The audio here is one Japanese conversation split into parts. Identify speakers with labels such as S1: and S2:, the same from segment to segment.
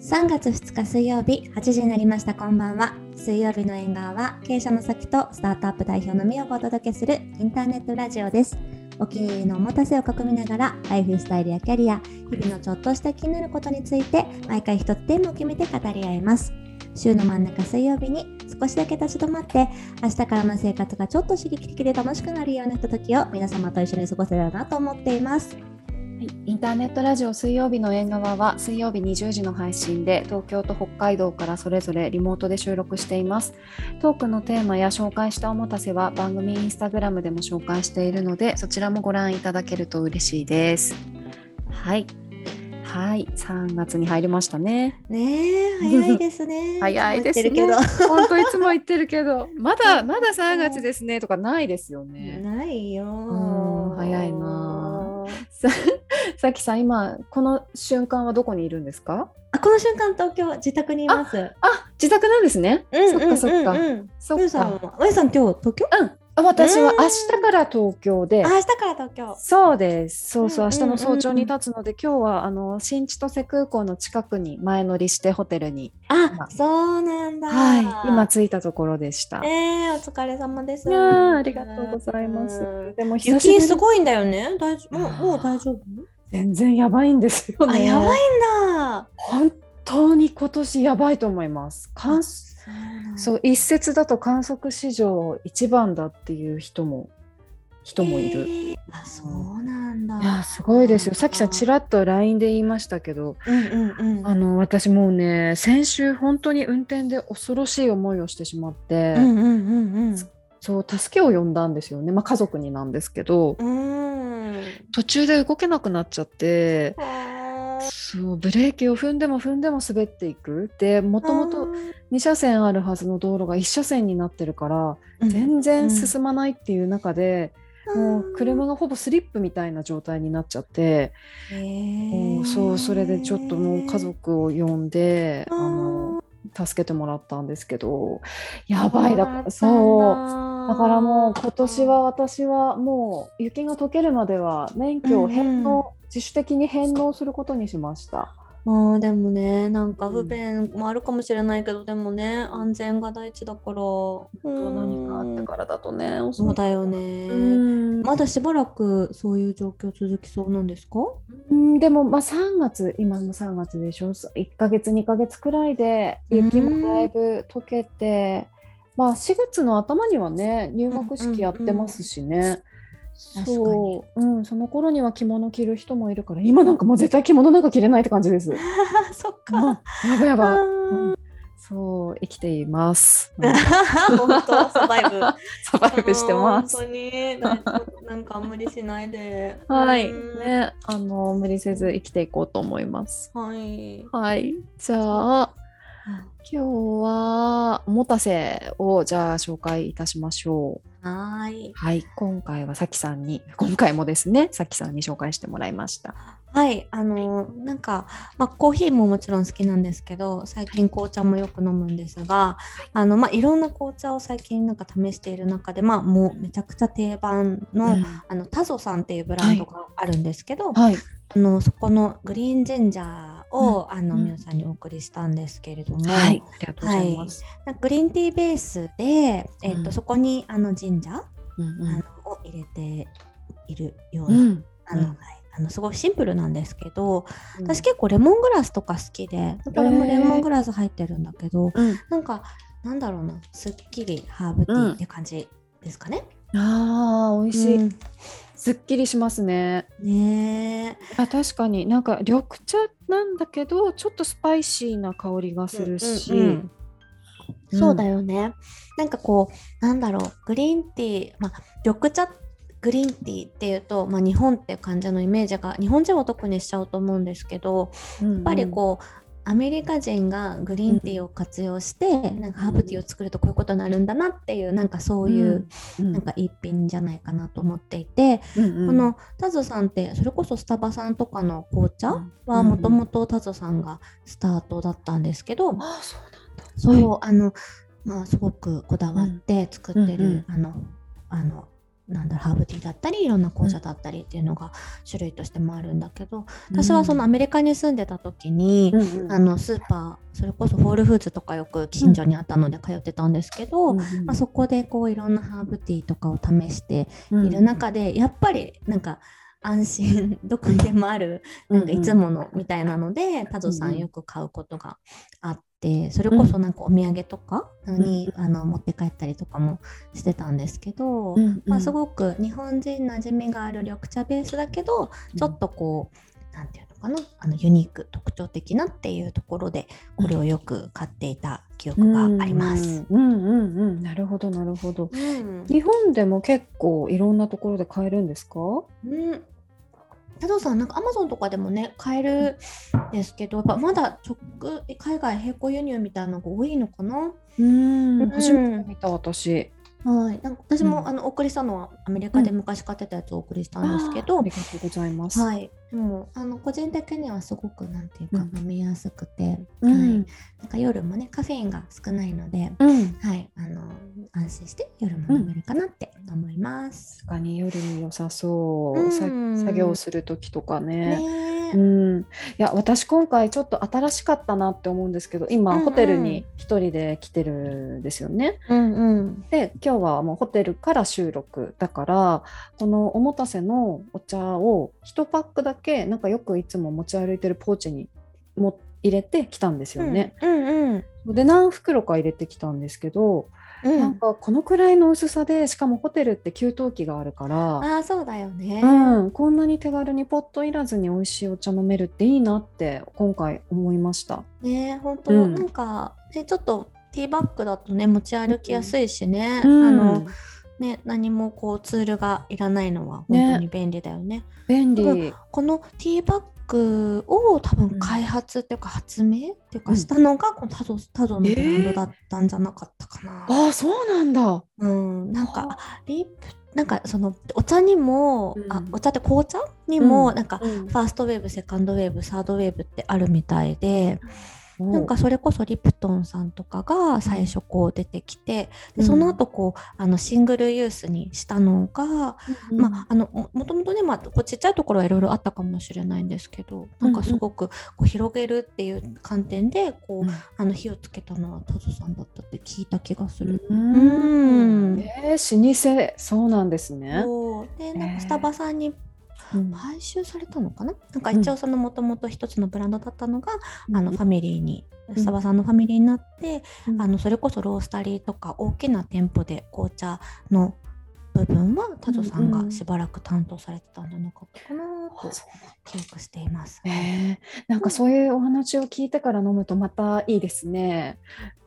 S1: 3月2日水曜日8時になりましたこんばんは水曜日の縁側は経営者の先とスタートアップ代表のみをお届けするインターネットラジオですお気に入りのおもたせを囲みながらライフスタイルやキャリア日々のちょっとした気になることについて毎回一つテーマを決めて語り合います週の真ん中水曜日に少しだけ立ち止まって明日からの生活がちょっと刺激的で楽しくなるようなひとときを皆様と一緒に過ごせたらなと思っています
S2: はい、インターネットラジオ水曜日の縁側は水曜日20時の配信で東京と北海道からそれぞれリモートで収録していますトークのテーマや紹介したおもたせは番組インスタグラムでも紹介しているのでそちらもご覧いただけると嬉しいですはいはい3月に入りましたね
S1: ねえ早いですね
S2: 早いですね
S1: いつも言ってる
S2: 本当いつも言ってるけ どまだまだ3月ですねとかないです
S1: け
S2: よ
S1: ど
S2: ね
S1: ないよ
S2: う
S1: ー
S2: ん早いなささきさん今この瞬間はどこにいるんですか
S1: あこの瞬間東京自宅にいます
S2: あ、自宅なんですね。
S1: うんうんうんうん
S2: そっかそっか。
S1: ま
S2: そ
S1: ゆ
S2: っ
S1: さん
S2: か。
S1: はまゆさん今日東京
S2: うん。あ私は
S1: うん
S2: 明日から東京で
S1: あ。明日から東京
S2: そうです。そうそ
S1: う
S2: う。明
S1: んうん
S2: 日
S1: うんうん
S2: の早朝に立つので、今日はあの新千歳空港の近くに前乗りしてホテルに、
S1: あそうなんだ
S2: はい、今着いたところでした。い
S1: えー、お疲れ様です
S2: やーありがとうございます
S1: うん。
S2: でも久しぶり
S1: 雪すごいんだよね。大丈夫もう
S2: あー
S1: もう大丈夫？
S2: 全然やばいんですよね。
S1: あやばいんだ。
S2: 本当に今年やばいと思います。観
S1: う
S2: そう一説だと観測史上一番だっていう人も人もいる。
S1: えーあそうなんだ。
S2: いやすごいですよ。さっきさんち
S1: ち
S2: らっと LINE で言いましたけど、
S1: うんうんうん。
S2: あの私もうね先週本当に運転で恐ろしい思いをしてしまって、
S1: うんうんうんうん。
S2: そう助けを呼んだんですよね。まあ家族になんですけど、
S1: うーん。
S2: 途中で動けなくなっちゃって、
S1: あー
S2: そうブレーキを踏んでも踏んでも滑っていく。でもともと2車線あるはずの道路が1車線になってるから、全然進まないっていう中で、もう車がほぼスリップみたいな状態になっちゃって。
S1: えー
S2: おーそうそれでちょっともう家族を呼んで、あの助けてもらったんですけどやばいだからそうだからもう今年は私はもう雪が溶けるまでは免許を返納、
S1: うんう
S2: 自主的に返納することにしました。
S1: まあでもねなんか不便もあるかもしれないけど、でもね安全が第一だから本
S2: 何かあってからだとね遅
S1: そうだよ
S2: い
S1: ね、
S2: うん
S1: まだしばらくそういう状況続きそうなんですか
S2: うんでもまあ3月今の3月でしょ1ヶ月2ヶ月くらいで雪もだいぶ溶けて、まあ4月の頭にはね入学式やってますしね、そう、うん、その頃には着物着る人もいるから今なんかもう絶対着物なんか着れないって感じです。うん
S1: あそっ
S2: やばいやばい、
S1: 本
S2: そう生きています。
S1: 当サバイブ
S2: サ バイブしてます。
S1: 本当に大丈夫なんか無理しないで
S2: はい、
S1: うん
S2: ね、あの無理せず生きていこうと思います。
S1: はい
S2: はい、じゃあ。今日はおもたせをじゃあ紹介いたしましょう。
S1: はーい
S2: はい、今回はさきさんに、今回もですね、さきさんに紹介してもらいました。
S1: はい、あのなんか、まあ、コーヒーももちろん好きなんですけど最近紅茶もよく飲むんですがあの、まあ、いろんな紅茶を最近なんか試している中で、まあ、もうめちゃくちゃ定番の,、あのタゾさんっていうブランドがあるんですけど、
S2: はい、
S1: あのそこのグリーンジンジャーを、あの
S2: うん
S1: みおさんにお送りしたんですけれども、
S2: はい、ありがとうございます。
S1: なんかグリーンティーベースで、えっと
S2: うん
S1: そこにあのジンジャー、
S2: うん
S1: あのを入れているよう
S2: う
S1: な、
S2: ん、
S1: あの
S2: うん
S1: はいあのすごいシンプルなんですけど、
S2: うん
S1: 私、結構レモングラスとか好きでこれもレモングラス入ってるんだけど、
S2: うん、
S1: なんかなんだろうなすっきりハーブティーって感じですかね。
S2: ああ、美味しい、すっきりしますね。
S1: ねえ
S2: あ、確かになんか緑茶なんだけど、ちょっとスパイシーな香りがするし。
S1: うんうん
S2: うん
S1: そうだよね。なんかこうなんだろうグリーンティー、まあ、緑茶グリーンティーっていうと、まあ、日本って感じのイメージが日本人は特にしちゃうと思うんですけど
S2: うんうん
S1: やっぱりこう、アメリカ人がグリーンティーを活用して、なんかハーブティーを作るとこういうことになるんだなっていうなんかそういう、
S2: うん、
S1: なんか一品じゃないかなと思っていて、
S2: うんうん
S1: このタズさんってそれこそスタバさんとかの紅
S2: う
S1: 茶
S2: ん
S1: はもともとタズさんがスタートだったんですけど、
S2: あー、そうなんだ。
S1: そうあのまあすごくこだわって作ってる、
S2: うんうん
S1: あのあのなんだろうハーブティーだったりいろんな紅茶だったりっていうのが種類としてもあるんだけど、私はそのアメリカに住んでた時に、
S2: うんうん
S1: あのスーパーそれこそホールフーズとかよく近所にあったので通ってたんですけど、
S2: うんうん
S1: まあ、そこでこういろんなハーブティーとかを試して
S2: うん
S1: いる中で、やっぱりなんか安心どこにでもあるなんかいつものみたいなので、タゾさ
S2: うんうんん
S1: よく買うことがあってそれこそなんかお土産とかに、あの持って帰ったりとかもしてたんですけど、
S2: うんうん
S1: まあ、すごく日本人馴染みがある緑茶ベースだけどちょっとこうなんていうのかなあのユニーク特徴的なっていうところでこれをよく買っていた記憶があります。
S2: うんうんうんうんなるほどなるほど。
S1: うん
S2: 日本でも結構いろんなところで買えるんですか？
S1: うん佐藤さん、なんかアマゾンとかでもね、買えるんですけど、やっぱまだ直海外並行輸入みたいなのが多いのかな。
S2: うん
S1: ん
S2: 初めて見た私。
S1: はい、なんか私も、
S2: うん
S1: あのお送りしたのはアメリカで昔買ってたやつをお送りしたんですけど、
S2: ありがとうございます。
S1: はい、でもあの個人的にはすごくなんていうか、
S2: うん
S1: 飲みやすくて、
S2: う
S1: はい
S2: ん、
S1: なんか夜もねカフェインが少ないので、
S2: うん。
S1: はい、あの安心して夜も飲めるかなって思います。
S2: 確かに夜に良さそう。
S1: うん
S2: さ作業する時とかね。
S1: ね
S2: う
S1: え、
S2: ん、いや私今回ちょっと新しかったなって思うんですけど今、
S1: うんうん
S2: ホテルに一人で来てるんですよね。
S1: うんうん、
S2: で今日はもうホテルから収録だからこのおもたせのお茶を1パックだけなんかよくいつも持ち歩いてるポーチにも入れてきたんですよね。
S1: うんうん
S2: で何袋か入れてきたんですけど、
S1: うん、
S2: なんかこのくらいの薄さでしかもホテルって給湯器があるから。
S1: ああそうだよね。
S2: うん、こんなに手軽にポットいらずに美味しいお茶飲めるっていいなって今回思いました。
S1: ねえ本当、
S2: うん
S1: なんかねちょっとティーバッグだとね持ち歩きやすいしね、
S2: うん
S1: あのね何もこうツールがいらないのは本当に便利だよね
S2: 便利、
S1: うんこのティーバッグを多分開発っていうか発明っていうかしたのがこのタゾタゾのブランドだったんじゃなかったかな。
S2: ああそうなんだ。
S1: うん、なん
S2: は
S1: かリップなんかそのお茶にも、
S2: うん
S1: あお茶って紅茶にも、
S2: うん
S1: なんかファーストウェーブセカンドウェーブサードウェーブってあるみたいで、な
S2: なん
S1: かそれこそリプトンさんとかが最初こう出てきて、
S2: うん
S1: でその後こうあのシングルユースにしたのが、まあ、あのももともとね、まあ、こうちっちゃいところはいろいろあったかもしれないんですけどなんかすごくこう広げるっていう観点でこう、
S2: うん
S1: あの火をつけたのはタゾさんだったって聞いた気がする。
S2: う、
S1: うんん
S2: えー、老舗そうなんですね。
S1: そうでなん
S2: えー
S1: かスタバさんに
S2: うん
S1: 買収されたのかななんか
S2: うん
S1: 一応そのもともと一つのブランドだったのが、あのファミリーに。スタバさんのファミリーになって、
S2: うん
S1: あのそれこそロースタリーとか大きな店舗で紅茶の部分はタゾさん
S2: うんう
S1: が
S2: ん
S1: しばらく担当されてたんじゃなかったかなと
S2: あそう
S1: 記憶しています。
S2: えー、なんかそういうお話を聞いてから飲むとまたいいですね。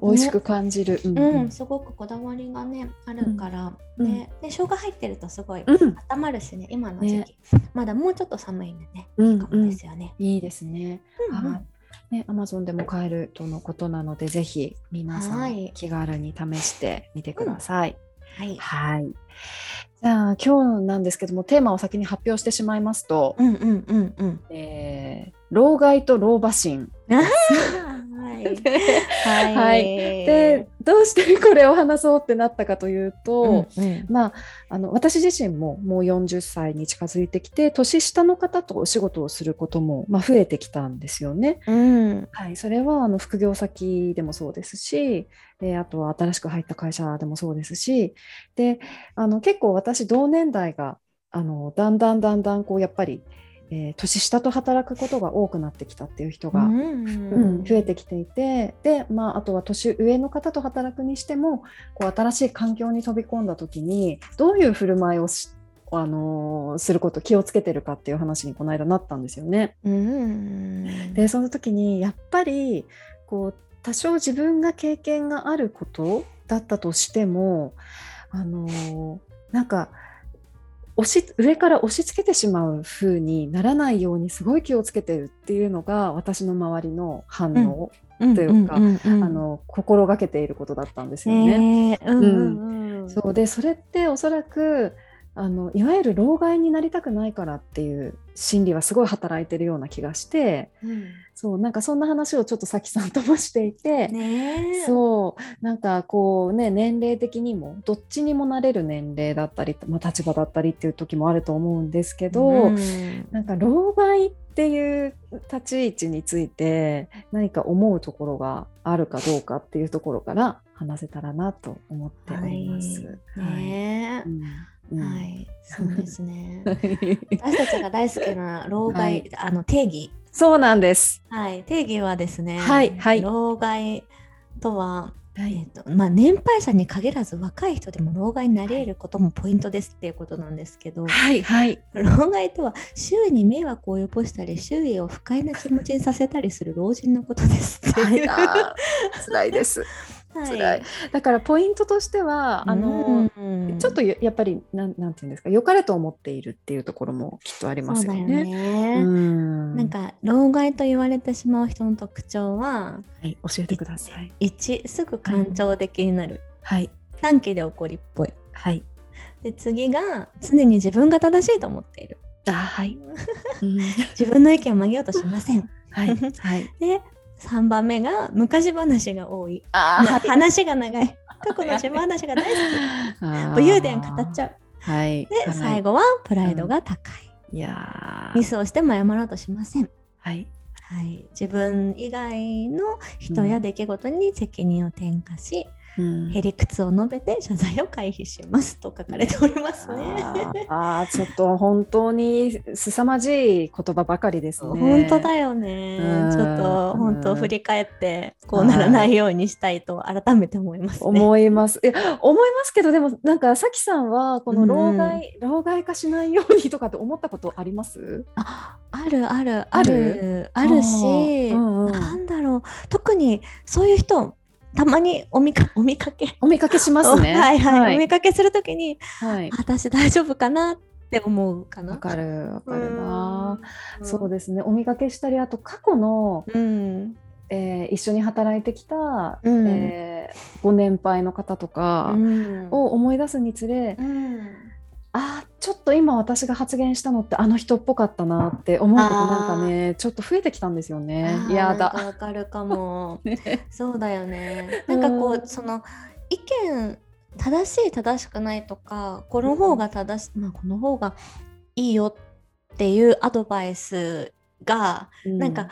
S2: 美味しく感じる。うん
S1: うん、すごくこだわりがねあるから、
S2: うん
S1: ねで生姜入ってるとすごい
S2: うん
S1: 温まるしね今の時期、
S2: ね
S1: まだもうちょっと寒いんでね
S2: うん
S1: か
S2: う
S1: も
S2: ん
S1: ですよね。
S2: いいですね。
S1: うんうん
S2: はい。ね、アマゾンでも買えるとのことなので、ぜひ皆さ
S1: は
S2: ん
S1: い
S2: 気軽に試してみてください。
S1: はい、
S2: はい。じゃあ今日なんですけども、テーマを先に発表してしまいますと、
S1: うんうんうんうん。
S2: えー老害と老婆心。
S1: はい
S2: で
S1: はい
S2: はい
S1: で
S2: で、どうしてこれを話そうってなったかというと、
S1: うん
S2: まあ、あの私自身ももう40歳に近づいてきて年下の方とお仕事をすることも、まあ、増えてきたんですよね。
S1: うん
S2: はい、それはあの副業先でもそうですしであとは新しく入った会社でもそうですしであの結構私同年代があのだんだんだんだんこうやっぱり、えー年下と働くことが多くなってきたっていう人が、う
S1: うん
S2: ん、増えてきていてで、まあ、あとは年上の方と働くにしてもこう新しい環境に飛び込んだ時にどういう振る舞いをし、あのーすること気をつけてるかっていう話にこの間なったんですよね。
S1: うん
S2: でその時にやっぱりこう多少自分が経験があることだったとしても、あのーなんか押し上から押し付けてしまう風にならないようにすごい気をつけてるっていうのが私の周りの反応。というか
S1: んうんうん
S2: あの心がけていることだったんですよね。
S1: ねえうんうんうん
S2: そうでそれっておそらくああのいわゆる老害になりたくないからっていう心理はすごい働いてるような気がしてそうなんかそんな話をちょっとさきさんともしていて、
S1: ねえ
S2: そうなんかこうね年齢的にもどっちにもなれる年齢だったり、まあ、立場だったりっていう時もあると思うんですけど、
S1: ん
S2: なんか老害っていう立ち位置について何か思うところがあるかどうかっていうところから話せたらなと思っております。はい
S1: ね
S2: うんう
S1: え
S2: ん。
S1: はい、そうですね
S2: はい
S1: 私たちが大好きな老害、
S2: はい
S1: あの定義、
S2: そうなんです。
S1: はい、定義はですね、
S2: はいはい
S1: 老害とは、
S2: は
S1: えっとまあ、年配者に限らず若い人でも老害になり得ることもポイントですっていうことなんですけど、
S2: はいはい。
S1: 老害とは周囲に迷惑を及ぼしたり周囲を不快な気持ちにさせたりする老人のことですっていう。 は
S2: 辛い です。
S1: い
S2: 辛い。だからポイントとしてはあの、
S1: うん
S2: ちょっとややっぱりなんなんていうんですか良かれと思っているっていうところもきっとありますよ
S1: そうだよ
S2: ね。
S1: ね。
S2: うん
S1: なんか老害と言われてしまう人の特徴は
S2: はい教えてください。
S1: 1すぐ感情的になる、
S2: はい
S1: 短期で怒りっぽい
S2: はい。
S1: で次が常に自分が正しいと思っている
S2: あはい。うん
S1: 自分の意見を曲げようとしません
S2: はいはい。
S1: で3番目が昔話が多い
S2: あ
S1: な話が長い過去の自分話が大好き武勇伝語っち
S2: ゃ
S1: ゃう
S2: う。はい。
S1: で、最
S2: 後。
S1: 後はプライドが高い、
S2: いや
S1: ミ
S2: ー。
S1: スをしても謝ろうとしません
S2: はい。
S1: はい、自分以外の人や出来事に責任を転嫁し、
S2: うん
S1: へりくつを述べて謝罪を回避しますと書かれておりますね。
S2: あーあーちょっと本当に凄まじい言葉ばかりですね。
S1: 本当だよね。
S2: うん
S1: ちょっと本
S2: う
S1: 当
S2: ん
S1: 振り返ってこうならないようにしたいと改めて思いますね。
S2: 思います。いや思いますけど、でもなんかさきさんはこの老害、老害化しないようにとかって思ったことあります？
S1: ああるある
S2: あ
S1: あ
S2: る
S1: るあるし、
S2: うんうん
S1: なんだろう特にそういう人たまにお見かお 見かけ
S2: お見かけしますね。
S1: はいはい、
S2: は
S1: お見
S2: い。
S1: かけするときに
S2: はい
S1: 私大丈夫かなって思うかな。
S2: わかるわかるな。
S1: うん
S2: そうですね。お見かけしたり、あと過去の、
S1: うん、
S2: えー一緒に働いてきた、
S1: うん
S2: えーご年配の方とか
S1: うん
S2: を思い出すにつれ、
S1: うん
S2: あーちょっと今私が発言したのってあの人っぽかったなって思うことなんかね、ちょっと増えてきたんですよね
S1: あ。ー
S2: や
S1: なんか
S2: だ。
S1: わかるかも
S2: ね
S1: そうだよねなんかこ
S2: う
S1: うんその意見正しい正しくないとかこの方が正しい、まあ、この方がいいよっていうアドバイスがなんか、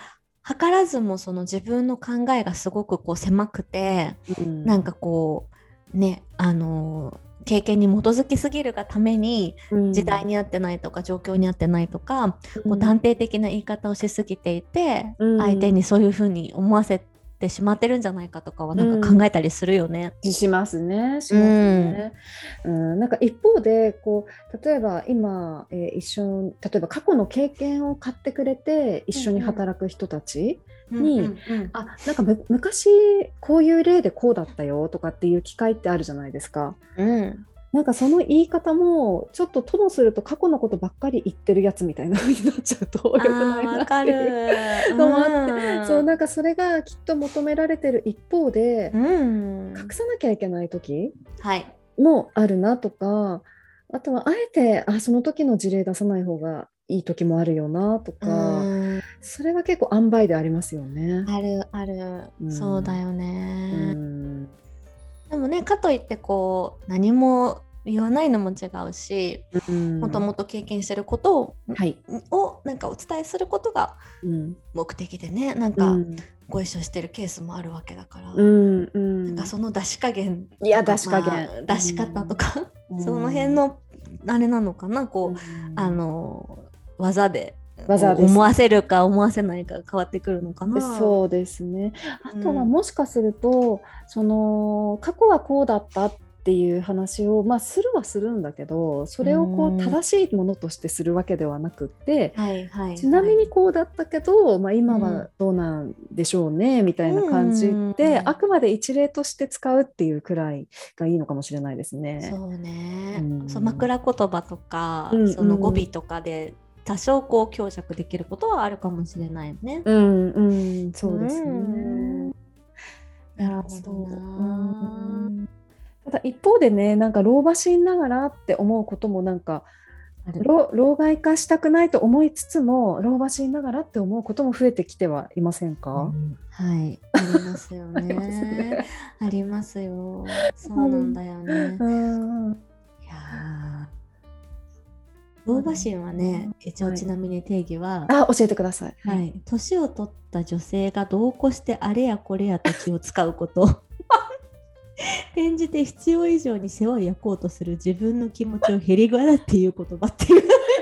S1: 図らずもその自分の考えがすごくこう狭くて
S2: うん
S1: なんかこうねあの経験に基づきすぎるがために時代に合ってないとか状況に合ってないとかこう断定的な言い方をしすぎていて、
S2: うん
S1: 相手にそういうふうに思わせてしまってるんじゃないかとかはなんか考えたりするよね。
S2: しますね。しますね。うん、なんか一方でこう例えば今、えー一緒に例えば過去の経験を買ってくれて一緒に働く人たち、
S1: うん
S2: うんあなんかむ昔こういう例でこうだったよとかっていう機会ってあるじゃないですか。
S1: うん
S2: なんかその言い方もちょっとともすると過去のことばっかり言ってるやつみたいな風 になっちゃうと
S1: あ
S2: 良くな
S1: ー
S2: いな
S1: わ
S2: っ
S1: か
S2: て
S1: る
S2: いう。。のもあ
S1: うん
S2: そうなんかそれがきっと求められてる一方で、
S1: うん
S2: 隠さなきゃいけない時
S1: はい。
S2: もあるなとかあとはあえてあその時の事例出さない方がいい時もあるよなとか、
S1: うん
S2: それは結構塩梅でありますよね。
S1: あるある、
S2: うん
S1: そうだよね。
S2: うん
S1: でもねかといってこう何も言わないのも違うし、
S2: うん
S1: もともと経験してることを,、
S2: はい、
S1: をなんかお伝えすることが
S2: うん
S1: 目的でねなん
S2: う
S1: か
S2: ん
S1: ご一緒してるケースもあるわけだから。
S2: うんうん
S1: なんかその出し加減
S2: いや出し加減
S1: まあ出し方とか、
S2: う ん
S1: その辺のあれなのかなこう、
S2: うん
S1: あの技で
S2: 技です
S1: 思わせるか思わせないか変わってくるのかな
S2: そうですね。あとは
S1: うん
S2: もしかすると、その過去はこうだったっていう話をまあするはするんだけど、それを
S1: う
S2: こうん正しいものとしてするわけではなくって。
S1: はいはいはい
S2: ちなみにこうだったけど、まあ、今
S1: う
S2: は
S1: ん
S2: どうなんでしょうね、みたいな感じで、
S1: うん
S2: あくまで一例として使うっていうくらいがいいのかもしれないですね。
S1: そうね、
S2: うん
S1: そう枕言葉とか、
S2: うん
S1: その語尾とかで多少こう強弱できることはあるかもしれないよね、
S2: うん、うん、そうですね。
S1: うんなるほど
S2: う
S1: なん
S2: ただ一方でねなんか老婆心ながらって思うこともなんか
S1: ある
S2: 老老害化したくないと思いつつも老婆心ながらって思うことも増えてきてはいませんか、
S1: うんはい、ありますよ
S2: あります
S1: ね。
S2: ね
S1: ありますよ。そうなんだよね。
S2: うん
S1: いやー老婆心はね、一応
S2: はい
S1: ちなみに定義は、
S2: あ教えてください。
S1: はい、年を取った女性が同行してあれやこれやと気を使うこと。 転じて必要以上に世話を焼こうとする自分の気持ちをへりぐらっていう言葉っていう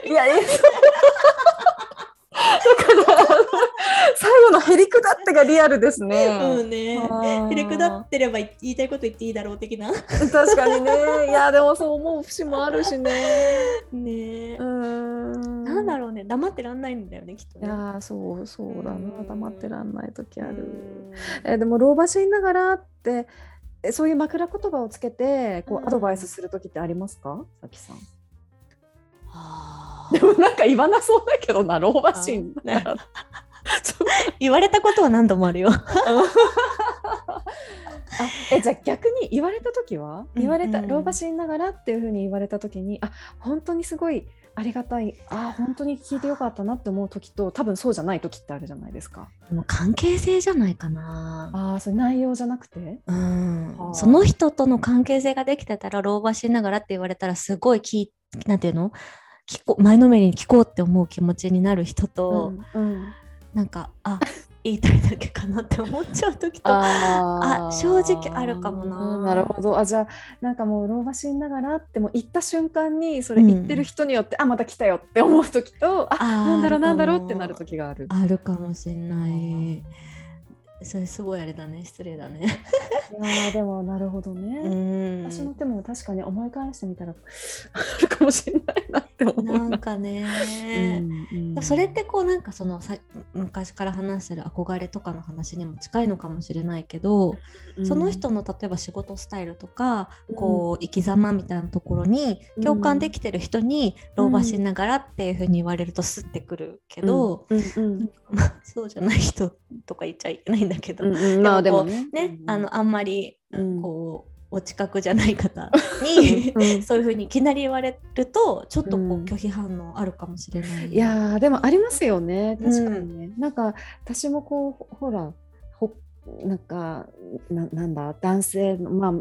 S2: いや、いや だから、最後のへりくだってがリアルです
S1: う
S2: ね。
S1: んね
S2: あー
S1: へりくだってれば言いたいこと言っていいだろう的なね
S2: 確かにね。いや、でもそう思う節もあるしね。
S1: え
S2: うーん。
S1: なんだ
S2: ろ
S1: ろうね黙ってらんないんだよねきっと
S2: い
S1: ね
S2: やー、そう、そうだな。黙ってらんない時ある。
S1: う
S2: え、でも、老婆心ながらって。えそういう枕言葉をつけてこ
S1: うん
S2: うアドバイスする時ってありますか、さきさん。
S1: んは
S2: で
S1: あ
S2: もなんか言わなそうだけどな老婆
S1: 心
S2: 心ながら。
S1: 言われたことは何度もあるよ
S2: あえじゃあ逆に言われた時は
S1: うん
S2: 言われた、
S1: うん
S2: 老婆心ながらっていうふうに言われた時にあ本当にすごいありがたいあ本当に聞いてよかったなって思う時と多分そうじゃない時ってあるじゃないですか
S1: でも関係性じゃないかな
S2: あーそれ内容じゃなくて
S1: うん
S2: はあ
S1: その人との関係性ができてたら老婆しながらって言われたらすごいきなんていうの聞こ前のめりに聞こうって思う気持ちになる人と、
S2: うん
S1: なんかあ言いたいだけかなって思っちゃう時と
S2: あ
S1: あ正直あるかもな
S2: なるほどあじゃあなんかもう老婆心ながらってもう言った瞬間にそれ言ってる人によって、あまた来たよって思う時と
S1: あ
S2: あ
S1: ー
S2: なんだろう
S1: あるかも
S2: なんだろうってなる時がある。
S1: あるかもしんないそれすごいあれだね失礼だね
S2: いやーでもなるほどね。
S1: うん
S2: 私もでも確かに思い返してみたらあるかもしれないなって思う
S1: なんかね、それってこうなんかそのさ昔から話してる憧れとかの話にも近いのかもしれないけど、その人の例えば仕事スタイルとか、こう生き様みたいなところに
S2: うん
S1: 共感できてる人に老婆しながらっていうふうに言われるとスッてくるけど、
S2: うん、
S1: まあそうじゃない人とか言っちゃいけないんだけど、
S2: まあ
S1: で
S2: で
S1: もこ
S2: もね
S1: ね、あのあんまり
S2: うん
S1: こう、お近くじゃない方に そういうふうにいきなり言われるとちょっとこう
S2: うん
S1: 拒否反応あるかもしれない。
S2: いやーでもありますよね確かにね、なんか私もこうほらほなんかななんだ男性のまあ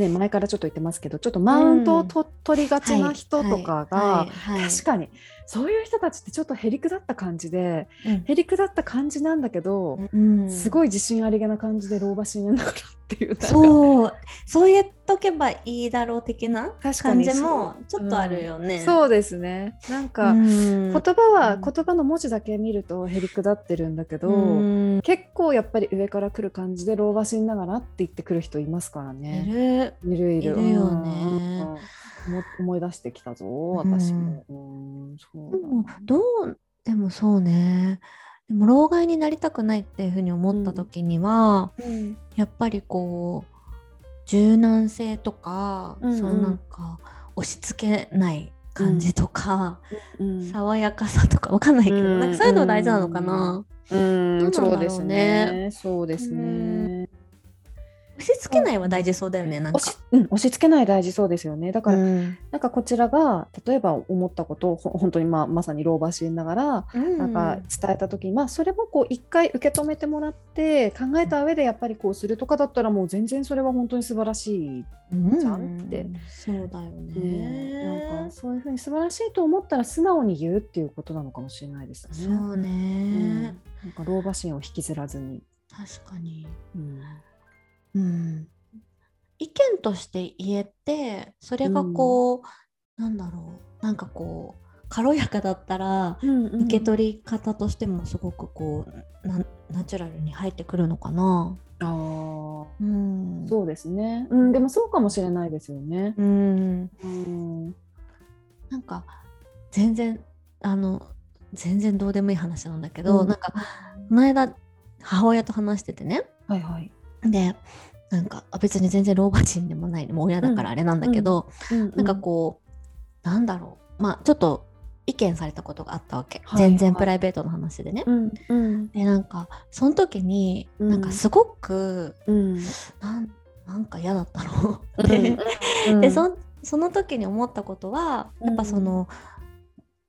S2: ね前からちょっと言ってますけどちょっとマウントをと、取りがちな人とかが、
S1: はいはいはい
S2: 確かにそういう人たちってちょっとへりくだった感じで
S1: うん
S2: へりくだった感じなんだけど、
S1: うん
S2: すごい自信ありげな感じで老婆心ながらっていうう
S1: そうそう言っとけばいいだろう的な
S2: 確か
S1: 感
S2: に
S1: じもちょっとあるよね。
S2: そうですねなんか、
S1: うん
S2: 言葉は
S1: うん
S2: 言葉の文字だけ見るとへりくだってるんだけど、
S1: うん
S2: 結構やっぱり上から来る感じで老婆心ながらって言ってくる人いますから
S1: い
S2: ね。
S1: る
S2: いるいる
S1: いるよ
S2: うん
S1: ね
S2: うん思思い出してきたぞ私も。うんそう
S1: で
S2: だ
S1: もどうでもそうねでも老害になりたくないっていうふうに思った時には、
S2: うん
S1: やっぱりこう柔軟性とか、
S2: うんうん
S1: そのなんか押し付けない感じとか、
S2: うん
S1: 爽やかさとかわかんないけど、
S2: うん
S1: なんかそういうの大事なのかな。ど
S2: うん
S1: うなんだろうね
S2: そうですね。そうですね。
S1: 押し付けないは大事そうだよね、なんか。
S2: 押し、うん、押し付けない大事そうですよね。だから、
S1: うん
S2: なんかこちらが例えば思ったことをほ本当にまあまさに老婆しながら。なんか伝えた時に、まあそれもこう一回受け止めてもらって考えた上でやっぱりこうするとかだったらもう全然それは本当に素晴らしい、
S1: うん
S2: ちゃんって
S1: そうだよね。
S2: なんかそういうふうに素晴らしいと思ったら素直に言うっていうことなのかもしれないですね。
S1: そうね、
S2: うんなんか老婆心を引きずらずに、
S1: 確かに。
S2: うん
S1: うん。意見として言えて、それがこう、なんだろう、なんかこう軽やかだったら。受け取り方としてもすごくこうなナチュラルに入ってくるのかな。
S2: あー
S1: うん
S2: そうですね、うん、でもそうかもしれないですよね。
S1: うん。
S2: うん、
S1: なんか全然あの全然どうでもいい話なんだけど、
S2: うん
S1: なんかこの間母親と話しててね
S2: はいはい。
S1: でなんかあ別に全然老婆心でもないもう親だからあれなんだけど、
S2: な
S1: なんかこうなんだろうまあちょっと意見されたことがあったわけ、
S2: はいはい
S1: 全然プライベートの話でね。
S2: うんうん
S1: でなんかその時に、
S2: う ん
S1: なんかすごく
S2: うん
S1: なんなんか嫌だったの
S2: う
S1: で
S2: んうん
S1: でそその時に思ったことはやっぱその、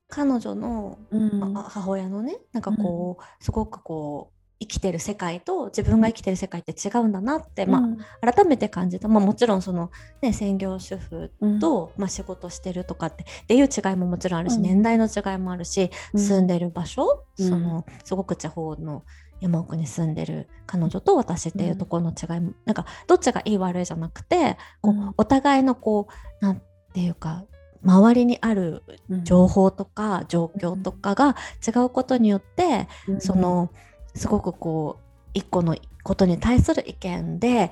S1: 彼女の
S2: うん
S1: あ母親のねなんかこう、すごくこう生きてる世界と自分が生きてる世界って違うんだなって、まあ、改めて感じた、まあ、もちろんその、ね、専業主婦
S2: うん
S1: と、まあ、仕事してるとかってっていう違いももちろんあるし、
S2: うん
S1: 年代の違いもあるし、
S2: うん
S1: 住んでる場所、
S2: うん
S1: そのすごく地方の山奥に住んでる彼女と私っていうところの違いも、なんかどっちがいい悪いじゃなくてこう、
S2: うん
S1: お互いのこうなんていうか周りにある
S2: うん
S1: 情報とか状況とかが違うことによって、
S2: うん
S1: そのすごくこう一個のことに対する意見で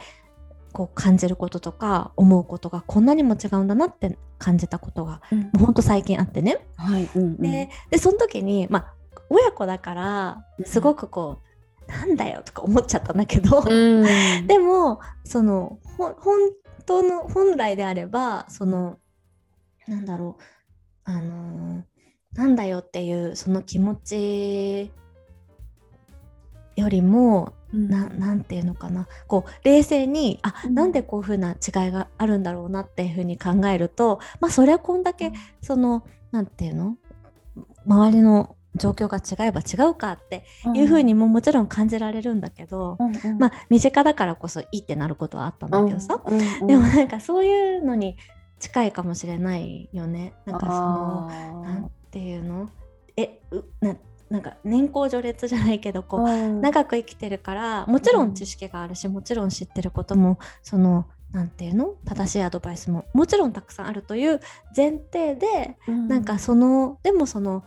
S1: こう感じることとか思うことがこんなにも違うんだなって感じたことが
S2: うん
S1: もうほんと最近あってね。
S2: はいうんうん
S1: ででその時に、まあ、親子だから
S2: うん
S1: すごくこう、なんだよとか思っちゃったんだけど、
S2: うん
S1: でもそのほ本当の本来であればそのなんだろうあのーなんだよっていうその気持ちよりもななんていうのかなこう冷静にあ
S2: うん
S1: なんでこういうふうな違いがあるんだろうなっていうふうに考えるとまあそれはこんだけそのなんていうの周りの状況が違えば違うかっていうふうにももちろん感じられるんだけど、
S2: うんうん
S1: まあ身近だからこそいいってなることはあったんだけどさ、
S2: うんうんうん
S1: でもなんかそういうのに近いかもしれないよねなんかその
S2: あー
S1: なんていうのえうななんか年功序列じゃないけどこう、
S2: うん
S1: 長く生きてるからもちろん知識があるしもちろん知ってることもそのなんていうの正しいアドバイスももちろんたくさんあるという前提で
S2: うん
S1: なんかそのでもその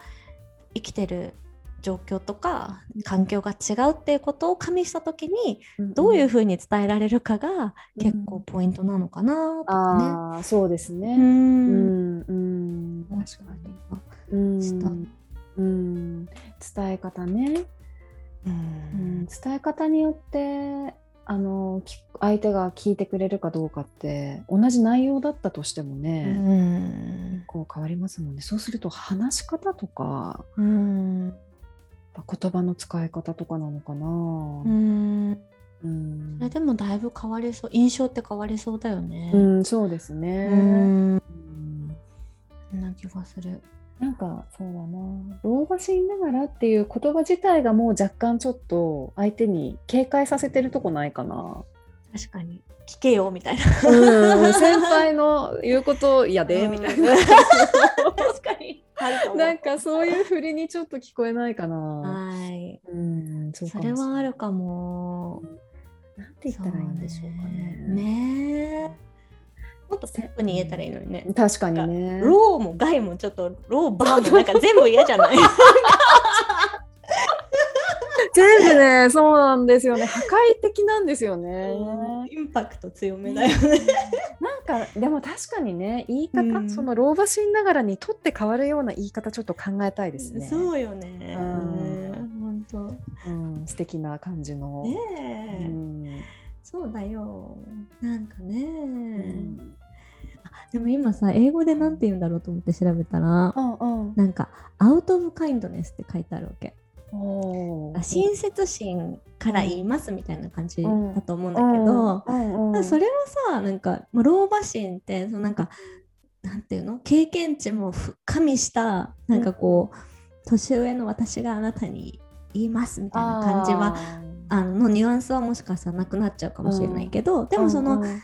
S1: 生きてる状況とか環境が違うっていうことを加味した時にどういうふうに伝えられるかが
S2: うん
S1: 結構ポイントなのかなとか
S2: ああーそうです
S1: ね。う
S2: ねうんんうん
S1: 確
S2: 確
S1: か
S2: かに
S1: に
S2: うん
S1: した
S2: うん伝え方ね
S1: う
S2: うん
S1: ん
S2: 伝え方によってあの聞く相手が聞いてくれるかどうかって同じ内容だったとしても
S1: う
S2: ね、
S1: ん
S2: こう変わりますもんねそうすると話し方とか
S1: うん
S2: やっぱ言葉の使い方とかなのか
S1: う
S2: な、
S1: ん
S2: うん
S1: それでもだいぶ変わりそう印象って変わりそうだよね。
S2: うん、そうです
S1: う
S2: ね、
S1: ん
S2: うん
S1: そんな気がする。
S2: なんかそうだな老婆しながらっていう言葉自体がもう若干ちょっと相手に警戒させてるとこないかな、
S1: 確かに聞けよみたいな。
S2: うん、先輩の言うことやで、みたいな
S1: うん 確かに。
S2: なんかそういうふりにちょっと聞こえないかな。
S1: はい。
S2: うん、そうか
S1: そ
S2: も
S1: れはある
S2: し
S1: かも。
S2: れない。なんて言ったらいいんでしょうか
S1: そう
S2: ね。
S1: ね。ねえもっとセットに言えたらいいのにね。
S2: 確かにね。
S1: ローもガイもちょっとローバーもなんか全部嫌じゃ ない
S2: 全部ね、そうなんですよね。破壊的なんですよね。
S1: インパクト強めだよね。
S2: なんかでも確かにね言い方、
S1: うん
S2: その老婆心ながらにとって変わるような言い方ちょっと考えたいですね。
S1: そうよね。
S2: うん
S1: 本当。
S2: うん、素敵な感じの。
S1: ね
S2: う
S1: え、
S2: ん
S1: そうだよ。なんかね、
S2: うん
S1: でも今さ英語でなんて言うんだろうと思って調べたら
S2: うん
S1: なんか「アウト・オブ・カインドネス」って書いてあるわけ
S2: おー
S1: あ親切心から言いますみたいな感じ
S2: うん
S1: だと思うんだけど、
S2: うんうん
S1: まあそれはさなんか、まあ、老婆心ってそのなんかなんていうの経験値もふ加味したなんかこう、年上の私があなたに言いますみたいな感じはあののニュアンスはもしかしたらなくなっちゃうかもしれないけど、でもその、
S2: うんうん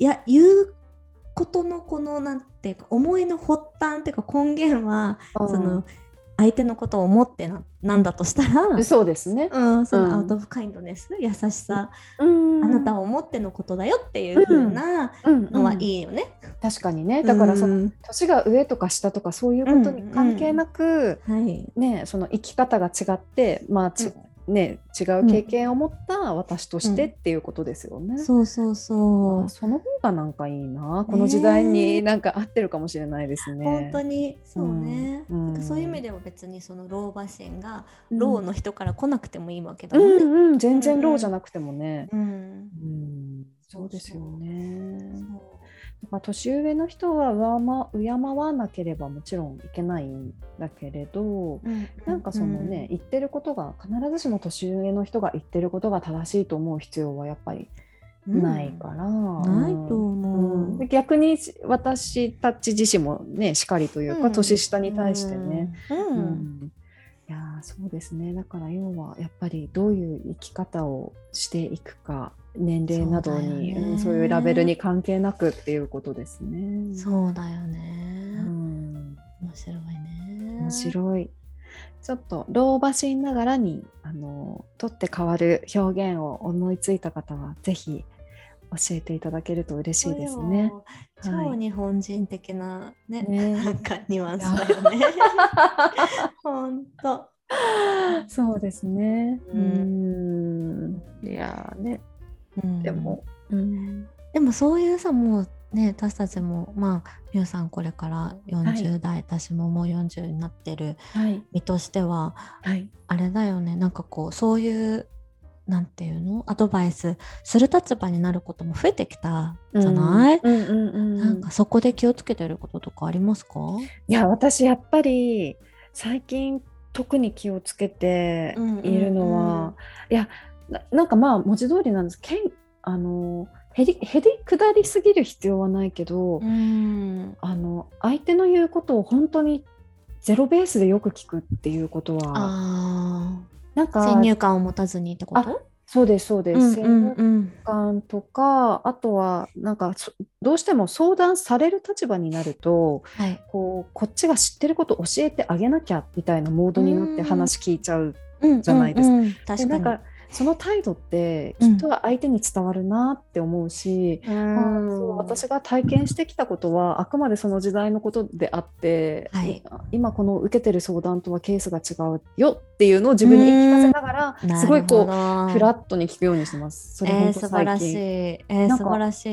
S1: いや言うことのこのなんていうか思いの発端っていうか根源は、その相手のことを思ってななんだとしたら、
S2: うんそうですね。
S1: うん、そ
S2: うん
S1: のアウト・オブ・カインドネス優しさ、
S2: あ
S1: あなたを思ってのことだよっていう風なの
S2: の
S1: はいいよね。
S2: 確かにねだからその
S1: うん
S2: 年が上とか下とかそういうことに関係なく、
S1: はい、
S2: ねその生き方が違ってまあち、ね違う経験を持った私としてっていうことですよね。
S1: そうそうそう
S2: あ。その方がなんかいいなこの時代に なんか合ってるかもしれないですね。
S1: 本当にそうね、
S2: うん
S1: なんかそういう意味では別にその老婆心が
S2: うん
S1: 老の人から来なくてもいいわけだ
S2: う
S1: もんね。
S2: んうん全然ローじゃなくてもね。
S1: うん
S2: うんそうですよ
S1: そう
S2: ね。だから年上の人は上ま敬わなければもちろんいけないんだけれど、なんかそのね、、言ってることが必ずしも年上の人が言ってることが正しいと思う必要はやっぱり
S1: うん
S2: ないから、
S1: ないと思う。
S2: で逆に私たち自身もねしかりというか、
S1: うん
S2: 年下に対してね、
S1: う
S2: うん
S1: ん。
S2: いやーそうですねだから要はやっぱりどういう生き方をしていくか年齢などに
S1: そうだよ
S2: う
S1: ね
S2: んそういうラベルに関係なくっていうことですね。
S1: そうだよ
S2: う
S1: ね。
S2: ん
S1: 面白いね。
S2: 面白いちょっと老婆心ながらにあの取って変わる表現を思いついた方はぜひ教えていただけると嬉しいですね。
S1: そうよ。超
S2: はい
S1: 日本人的なね、な
S2: ね
S1: んかニュアンスだよ ね。本当。
S2: そうですね。
S1: う
S2: うん。いやーね、
S1: うん
S2: でも、うん、
S1: でもそういうさもうね私たちもまあみゆさんこれから40代、私ももう40になってる
S2: はい
S1: 身としては
S2: はい。
S1: あれだよねなんかこうそういうなんていうのアドバイスする立場になることも増えてきたじゃない、
S2: うんうんうん。
S1: なんかそこで気をつけてることとかありますか、
S2: いや私やっぱり最近特に気をつけているのは、
S1: うんうんうん
S2: いやななんかまあ文字通りなんですけんあのへりへり下りすぎる必要はないけど、
S1: ん
S2: あの相手の言うことを本当にゼロベースでよく聞くっていうことは
S1: あ
S2: なん
S1: あ
S2: か
S1: 先入観を持たずにってこと
S2: そうですそうです、
S1: うんうんうん
S2: 感とかあとはなんかそどうしても相談される立場になると
S1: はい
S2: こうこっちが知ってることを教えてあげなきゃみたいなモードになって
S1: うん
S2: 話聞いちゃう
S1: じ
S2: じゃないですか
S1: 確か
S2: で
S1: に
S2: なんかその態度ってきっとは相手に伝わるなって思うし、
S1: う
S2: あ
S1: ん
S2: ーそう私が体験してきたことはあくまでその時代のことであって、
S1: はい
S2: 今この受けてる相談とはケースが違うよっていうのを自分に言い聞かせながらすごいこうフ
S1: フ
S2: ラットに聞くようにしてます。それ
S1: え
S2: 本
S1: ー、素
S2: 当
S1: 晴
S2: 最
S1: らしい
S2: 近。
S1: え
S2: ん
S1: ー、
S2: か
S1: 素晴らし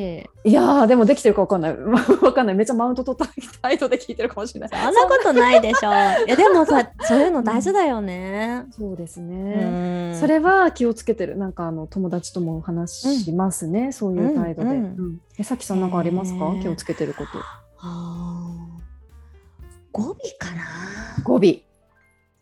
S1: い。
S2: いやーでもできてるかわかんない。 わかんない。めっちゃマウント取った態度で聞いてるかもしれない。
S1: そんなことないでしょ。 いやでもさ、そういうの大事だよね。
S2: そうです
S1: う
S2: ね。
S1: ん
S2: それは気をつけてる。なんかあの友達ともお話しますね。そういう態度で。
S1: う
S2: うんん
S1: うん
S2: えさきさんなんかありますか、
S1: へー
S2: 気をつけてること。
S1: あー語尾かな。
S2: 語尾。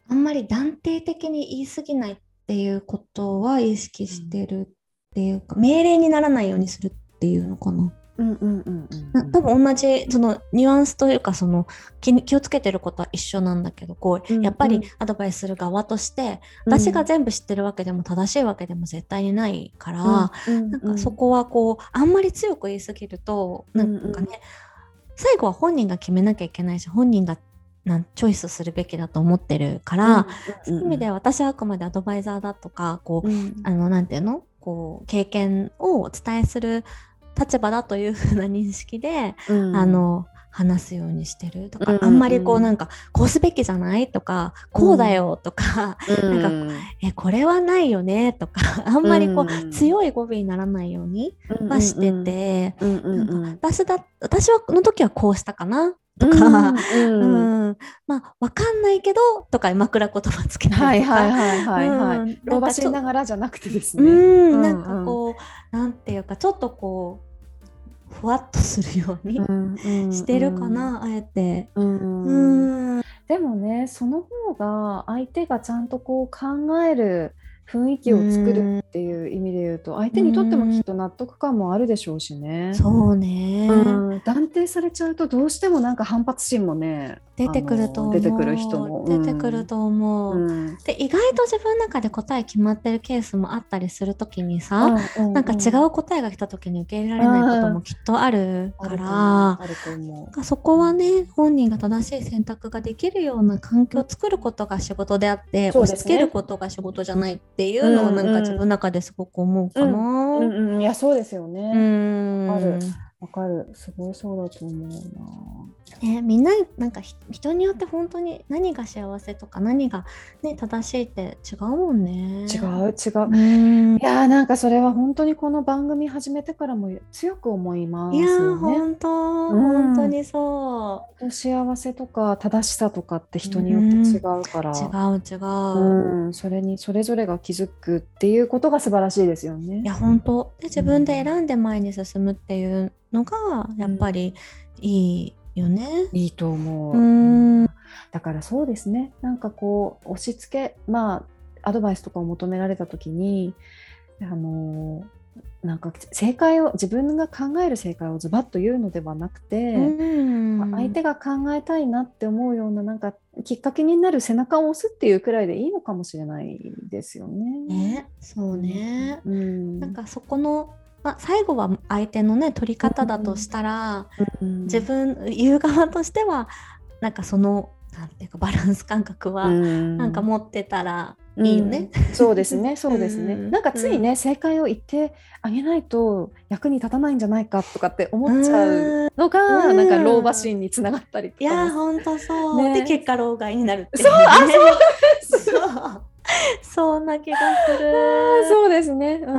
S1: あんまり断定的に言い過ぎないっていうことは意識してるっていうか、命令にならないようにするっていうのかな。
S2: うんうんうんう
S1: な多分同じそのニュアンスというかその気に気をつけてることは一緒なんだけどこう
S2: うん
S1: やっぱ
S2: うん
S1: りアドバイスする側として私が
S2: か
S1: 全部知ってるわけでも正しいわけでも絶対にないから、
S2: うん
S1: なんかそこはこうあんまり強く言いすぎるとなんかね、
S2: う
S1: 最後は本人が決めなきゃいけないし本人がなんチョイスするべきだと思ってるから、そういう意味で
S2: は、
S1: は私はあくまでアドバイザーだとかこう、
S2: うん
S1: あのなんていうのこう経験をお伝えする立場だというふうな認識で、
S2: うん
S1: あの話すようにしてるだか
S2: う
S1: らあ
S2: ん
S1: んまりこ
S2: う
S1: うんなんか、こうすべきじゃないとかこうだよとか、 なん
S2: か
S1: えこれはないよねとか あんまりこう、
S2: うん
S1: 強い語尾にならないようにはしてて、
S2: うんうんうん
S1: なんか私だ私はの時はこうしたかなとか、
S2: う
S1: うん
S2: んうん
S1: まあわかんないけどとか枕言葉つけた
S2: は
S1: り
S2: い
S1: とか。
S2: はいはいはいはい。
S1: うん
S2: 老
S1: なん
S2: 婆
S1: かちょ
S2: しながらじゃなくてです
S1: う
S2: ね。
S1: ん、
S2: ん
S1: なんかこう、なんていうか、ちょっとこう、ふわっとするようにしてるかな、あえて。
S2: うん。
S1: う
S2: うん
S1: ん、
S2: でもねその方が相手がちゃんとこう考える雰囲気を作るっていう意味で言うと相手にとってもきっと納得感もあるでしょうしね。
S1: そうね、
S2: うん断定されちゃうとどうしてもなんか反発心もね
S1: 出てくると思う。
S2: あの出てくる人もうん
S1: 出てくると思う。
S2: うん
S1: で、意外と自分の中で答え決まってるケースもあったりするときにさ、なんか違う答えが来たときに受け入れられないこともきっとあるから、
S2: あると思
S1: なんかそこはね本人が正しい選択ができるような環境を作ることが仕事であって、
S2: そう
S1: 押
S2: です
S1: し
S2: ね
S1: 付けることが仕事じゃないっていうのを
S2: うん
S1: な
S2: うん
S1: んか自分の中ですごく思うかな。
S2: う。
S1: う
S2: うんんうんいやそうですよね。あるわかるすごいそうだと思う
S1: ね、みんななんかひ人によって本当に何が幸せとか何が、ね、正しいって違うもんね。
S2: な。違う違う
S1: う。ん
S2: いやーなんかそれは本当にこの番組始めてからも強く思います
S1: いやー
S2: よね。
S1: 本当、
S2: うん
S1: 本当にそう
S2: 幸せとか正しさとかって人によって違うから、
S1: 違う
S2: う
S1: 違う。
S2: んそれにそれぞれが気づくっていうことが素晴らしいですよね。
S1: いや本当で自分で選んで前に進むっていうのがやっぱりいいよね。
S2: いいと思う。
S1: うん
S2: だからそうですねなんかこう押し付けまあアドバイスとかを求められた時にあのーなんか正解を自分が考える正解をズバッと言うのではなくて、
S1: うん
S2: まあ相手が考えたいなって思うようななんかきっかけになる背中を押すっていうくらいでいいのかもしれないですよね。
S1: ねそうね、
S2: うん、
S1: なんかそこの、まあ、最後は相手のね取り方だとしたら、
S2: うん
S1: 自分言う側としてはなんかそのなんていうかバランス感覚は、
S2: うん
S1: なんか持ってたらいいよね。
S2: うんそうですね、そうですね。
S1: うん
S2: なんかついね、正解を言ってあげないと役に立たないんじゃないかとかって思っちゃう
S1: うん
S2: のが、
S1: うん
S2: なんか老婆心につながったりと
S1: い
S2: かも。
S1: やーほんとそう、
S2: ね
S1: で結果老害になるってそうあそうそうそんな気がする
S2: あーそうですね。う
S1: う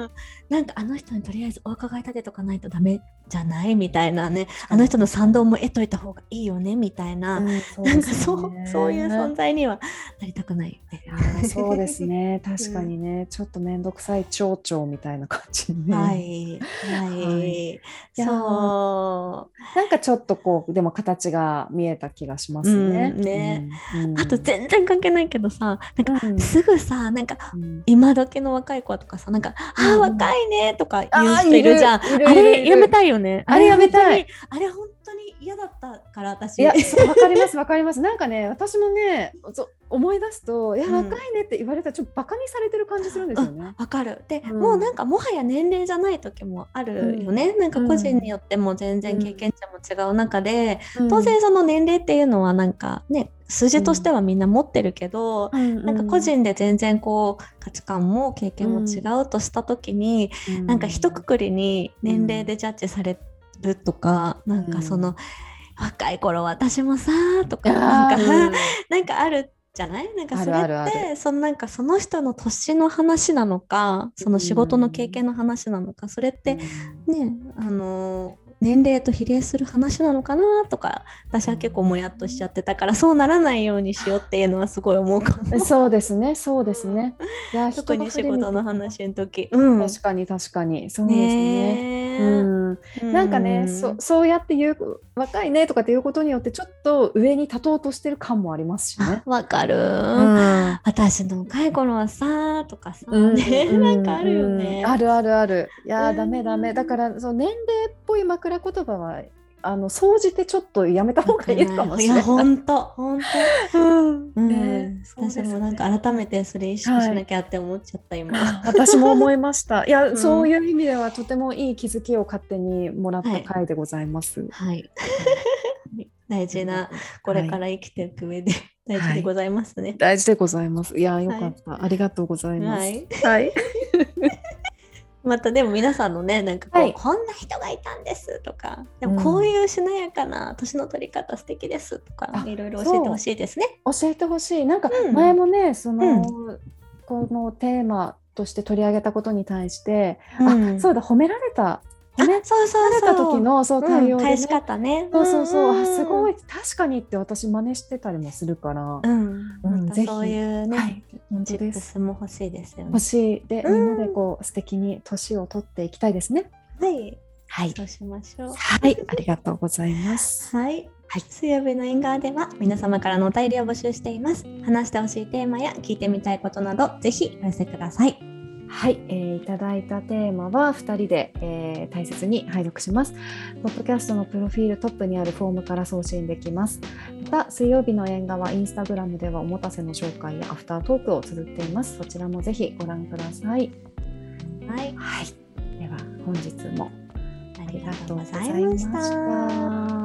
S1: ん
S2: ん。
S1: なんかあの人にとりあえずお伺い立てとかないとダメじゃないみたいなねあの人の賛同も得といた方がいいよねみたいな、
S2: うんそう
S1: なん
S2: で
S1: か
S2: す
S1: そう
S2: ね
S1: そういう存在にはなりたくないよね。
S2: あーそうで すね確かにね、ちょっと面倒くさい町長みたいな感じに、ね
S1: はい、はい、
S2: はいやー
S1: そ
S2: なんかちょっとこうでも形が見えた気がしますね。
S1: うんね
S2: うんうん
S1: うあと全然関係ないけどさなんか
S2: うん
S1: すぐさなんか
S2: うん
S1: 今時の若い子とかさなんか「
S2: うん
S1: あー若いね」とか言う人いるじゃん。
S2: あいる
S1: あ
S2: いるい
S1: れ
S2: る
S1: やめたいよね。
S2: あれやめたい
S1: 本当に。あれ本当に嫌だったから私。
S2: いやそうわかりますわかりますなんかね私もねそう思い出すと「いや
S1: うん
S2: 若いね」って言われたらちょっとバカにされてる感じするんですよね。
S1: わかるで、
S2: うん
S1: もうなんかもはや年齢じゃない時もあるよね、なんか個人によっても全然経験値も違う中で、当然その年齢っていうのはなんかね数字としてはみんな持ってるけど、
S2: な
S1: なんか個、人で全然こう価値観も経験も違うとした時に、なんか一括りに年齢でジャッジされるとか、なんかその、若い頃私もさとかなんか、
S2: なんか、
S1: なんかあるじゃないなんかそれって
S2: あるあるあ
S1: そのなんかその人の年の話なのかその仕事の経験の話なのかそれってねあのー年齢と比例する話なのかなとか私は結構もやっとしちゃってたからそうならないようにしようっていうのはすごい思うかも
S2: うんそうですねそうですね。いや
S1: 特に仕事の。話の時。
S2: 人
S1: う
S2: が
S1: ん
S2: 触れる確かに確かにそうですね。
S1: ねえ
S2: うん、なんかね、
S1: う
S2: そそうやって言う若いねとかっていうことによってちょっと上に立とうとしてる感もありますしね。
S1: わかる、
S2: ん
S1: 私の若い頃はさとかさ、
S2: うん
S1: ね
S2: う
S1: なんかあるよね、
S2: うんあるあるある。いや
S1: う
S2: ー
S1: ん
S2: ダメダメ。だからその年齢っぽい枕言葉はあの総じてちょっとやめた方がいいかもしれ
S1: い
S2: な
S1: や
S2: い。
S1: 本当本
S2: うん
S1: 当。うん、
S2: ねそうです
S1: 私
S2: ね
S1: もなんか改めてそれ意識しなきゃって思っちゃった今。
S2: 私も思いました。いや、
S1: ん
S2: そういう意味ではとてもいい気づきを勝手にもらった回でございます。
S1: はい。大事なこれから生きていく上で大事でございますね。
S2: 大事でございます。いやー、よかった、ありがとうございます。
S1: はい。
S2: はい
S1: またでも皆さんのねなんかこう、
S2: はい
S1: こんな人がいたんですとかで
S2: う
S1: も
S2: ん
S1: こういうしなやかな年の取り方素敵ですとか
S2: あ
S1: いろいろ教えてほしいですね。
S2: 教えてほしいなんか
S1: うん
S2: 前もね、その、
S1: うん
S2: このテーマとして取り上げたことに対して、
S1: うん
S2: あそうだ褒められた褒め
S1: あそうそう
S2: られ
S1: そ
S2: た
S1: う
S2: 時のそう
S1: うん
S2: 対応で、ね
S1: 返し方ね。
S2: そうそうそう、あすご
S1: い。
S2: い確かにって私真似してたりもするから、
S1: うん、
S2: うん
S1: また
S2: ぜひ
S1: そういうね、
S2: はい
S1: チ
S2: 本当
S1: ップ
S2: です
S1: スも欲しいですよね
S2: 欲。しいで、
S1: うん
S2: みんなでこう素敵に年を取っていきたいですね
S1: はい、
S2: はい
S1: そうしましょう。
S2: はいありがとうございます
S1: はい。水曜日の縁側では皆様からのお便りを募集しています。話してほしいテーマや聞いてみたいことなどぜひお寄せください。
S2: はい、えー、いただいたテーマは2人で、えー大切に拝読します。ポッドキャストのプロフィールトップにあるフォームから送信できます。また、水曜日の縁側インスタグラムではおもたせの紹介やアフタートークを綴っています。そちらもぜひご覧ください。
S1: はい。
S2: はい、では本日も
S1: あ
S2: あり
S1: り
S2: が
S1: が
S2: と
S1: と
S2: う
S1: う
S2: ご
S1: ご
S2: ざ
S1: ざ
S2: い
S1: い
S2: ま
S1: ま
S2: し
S1: したた。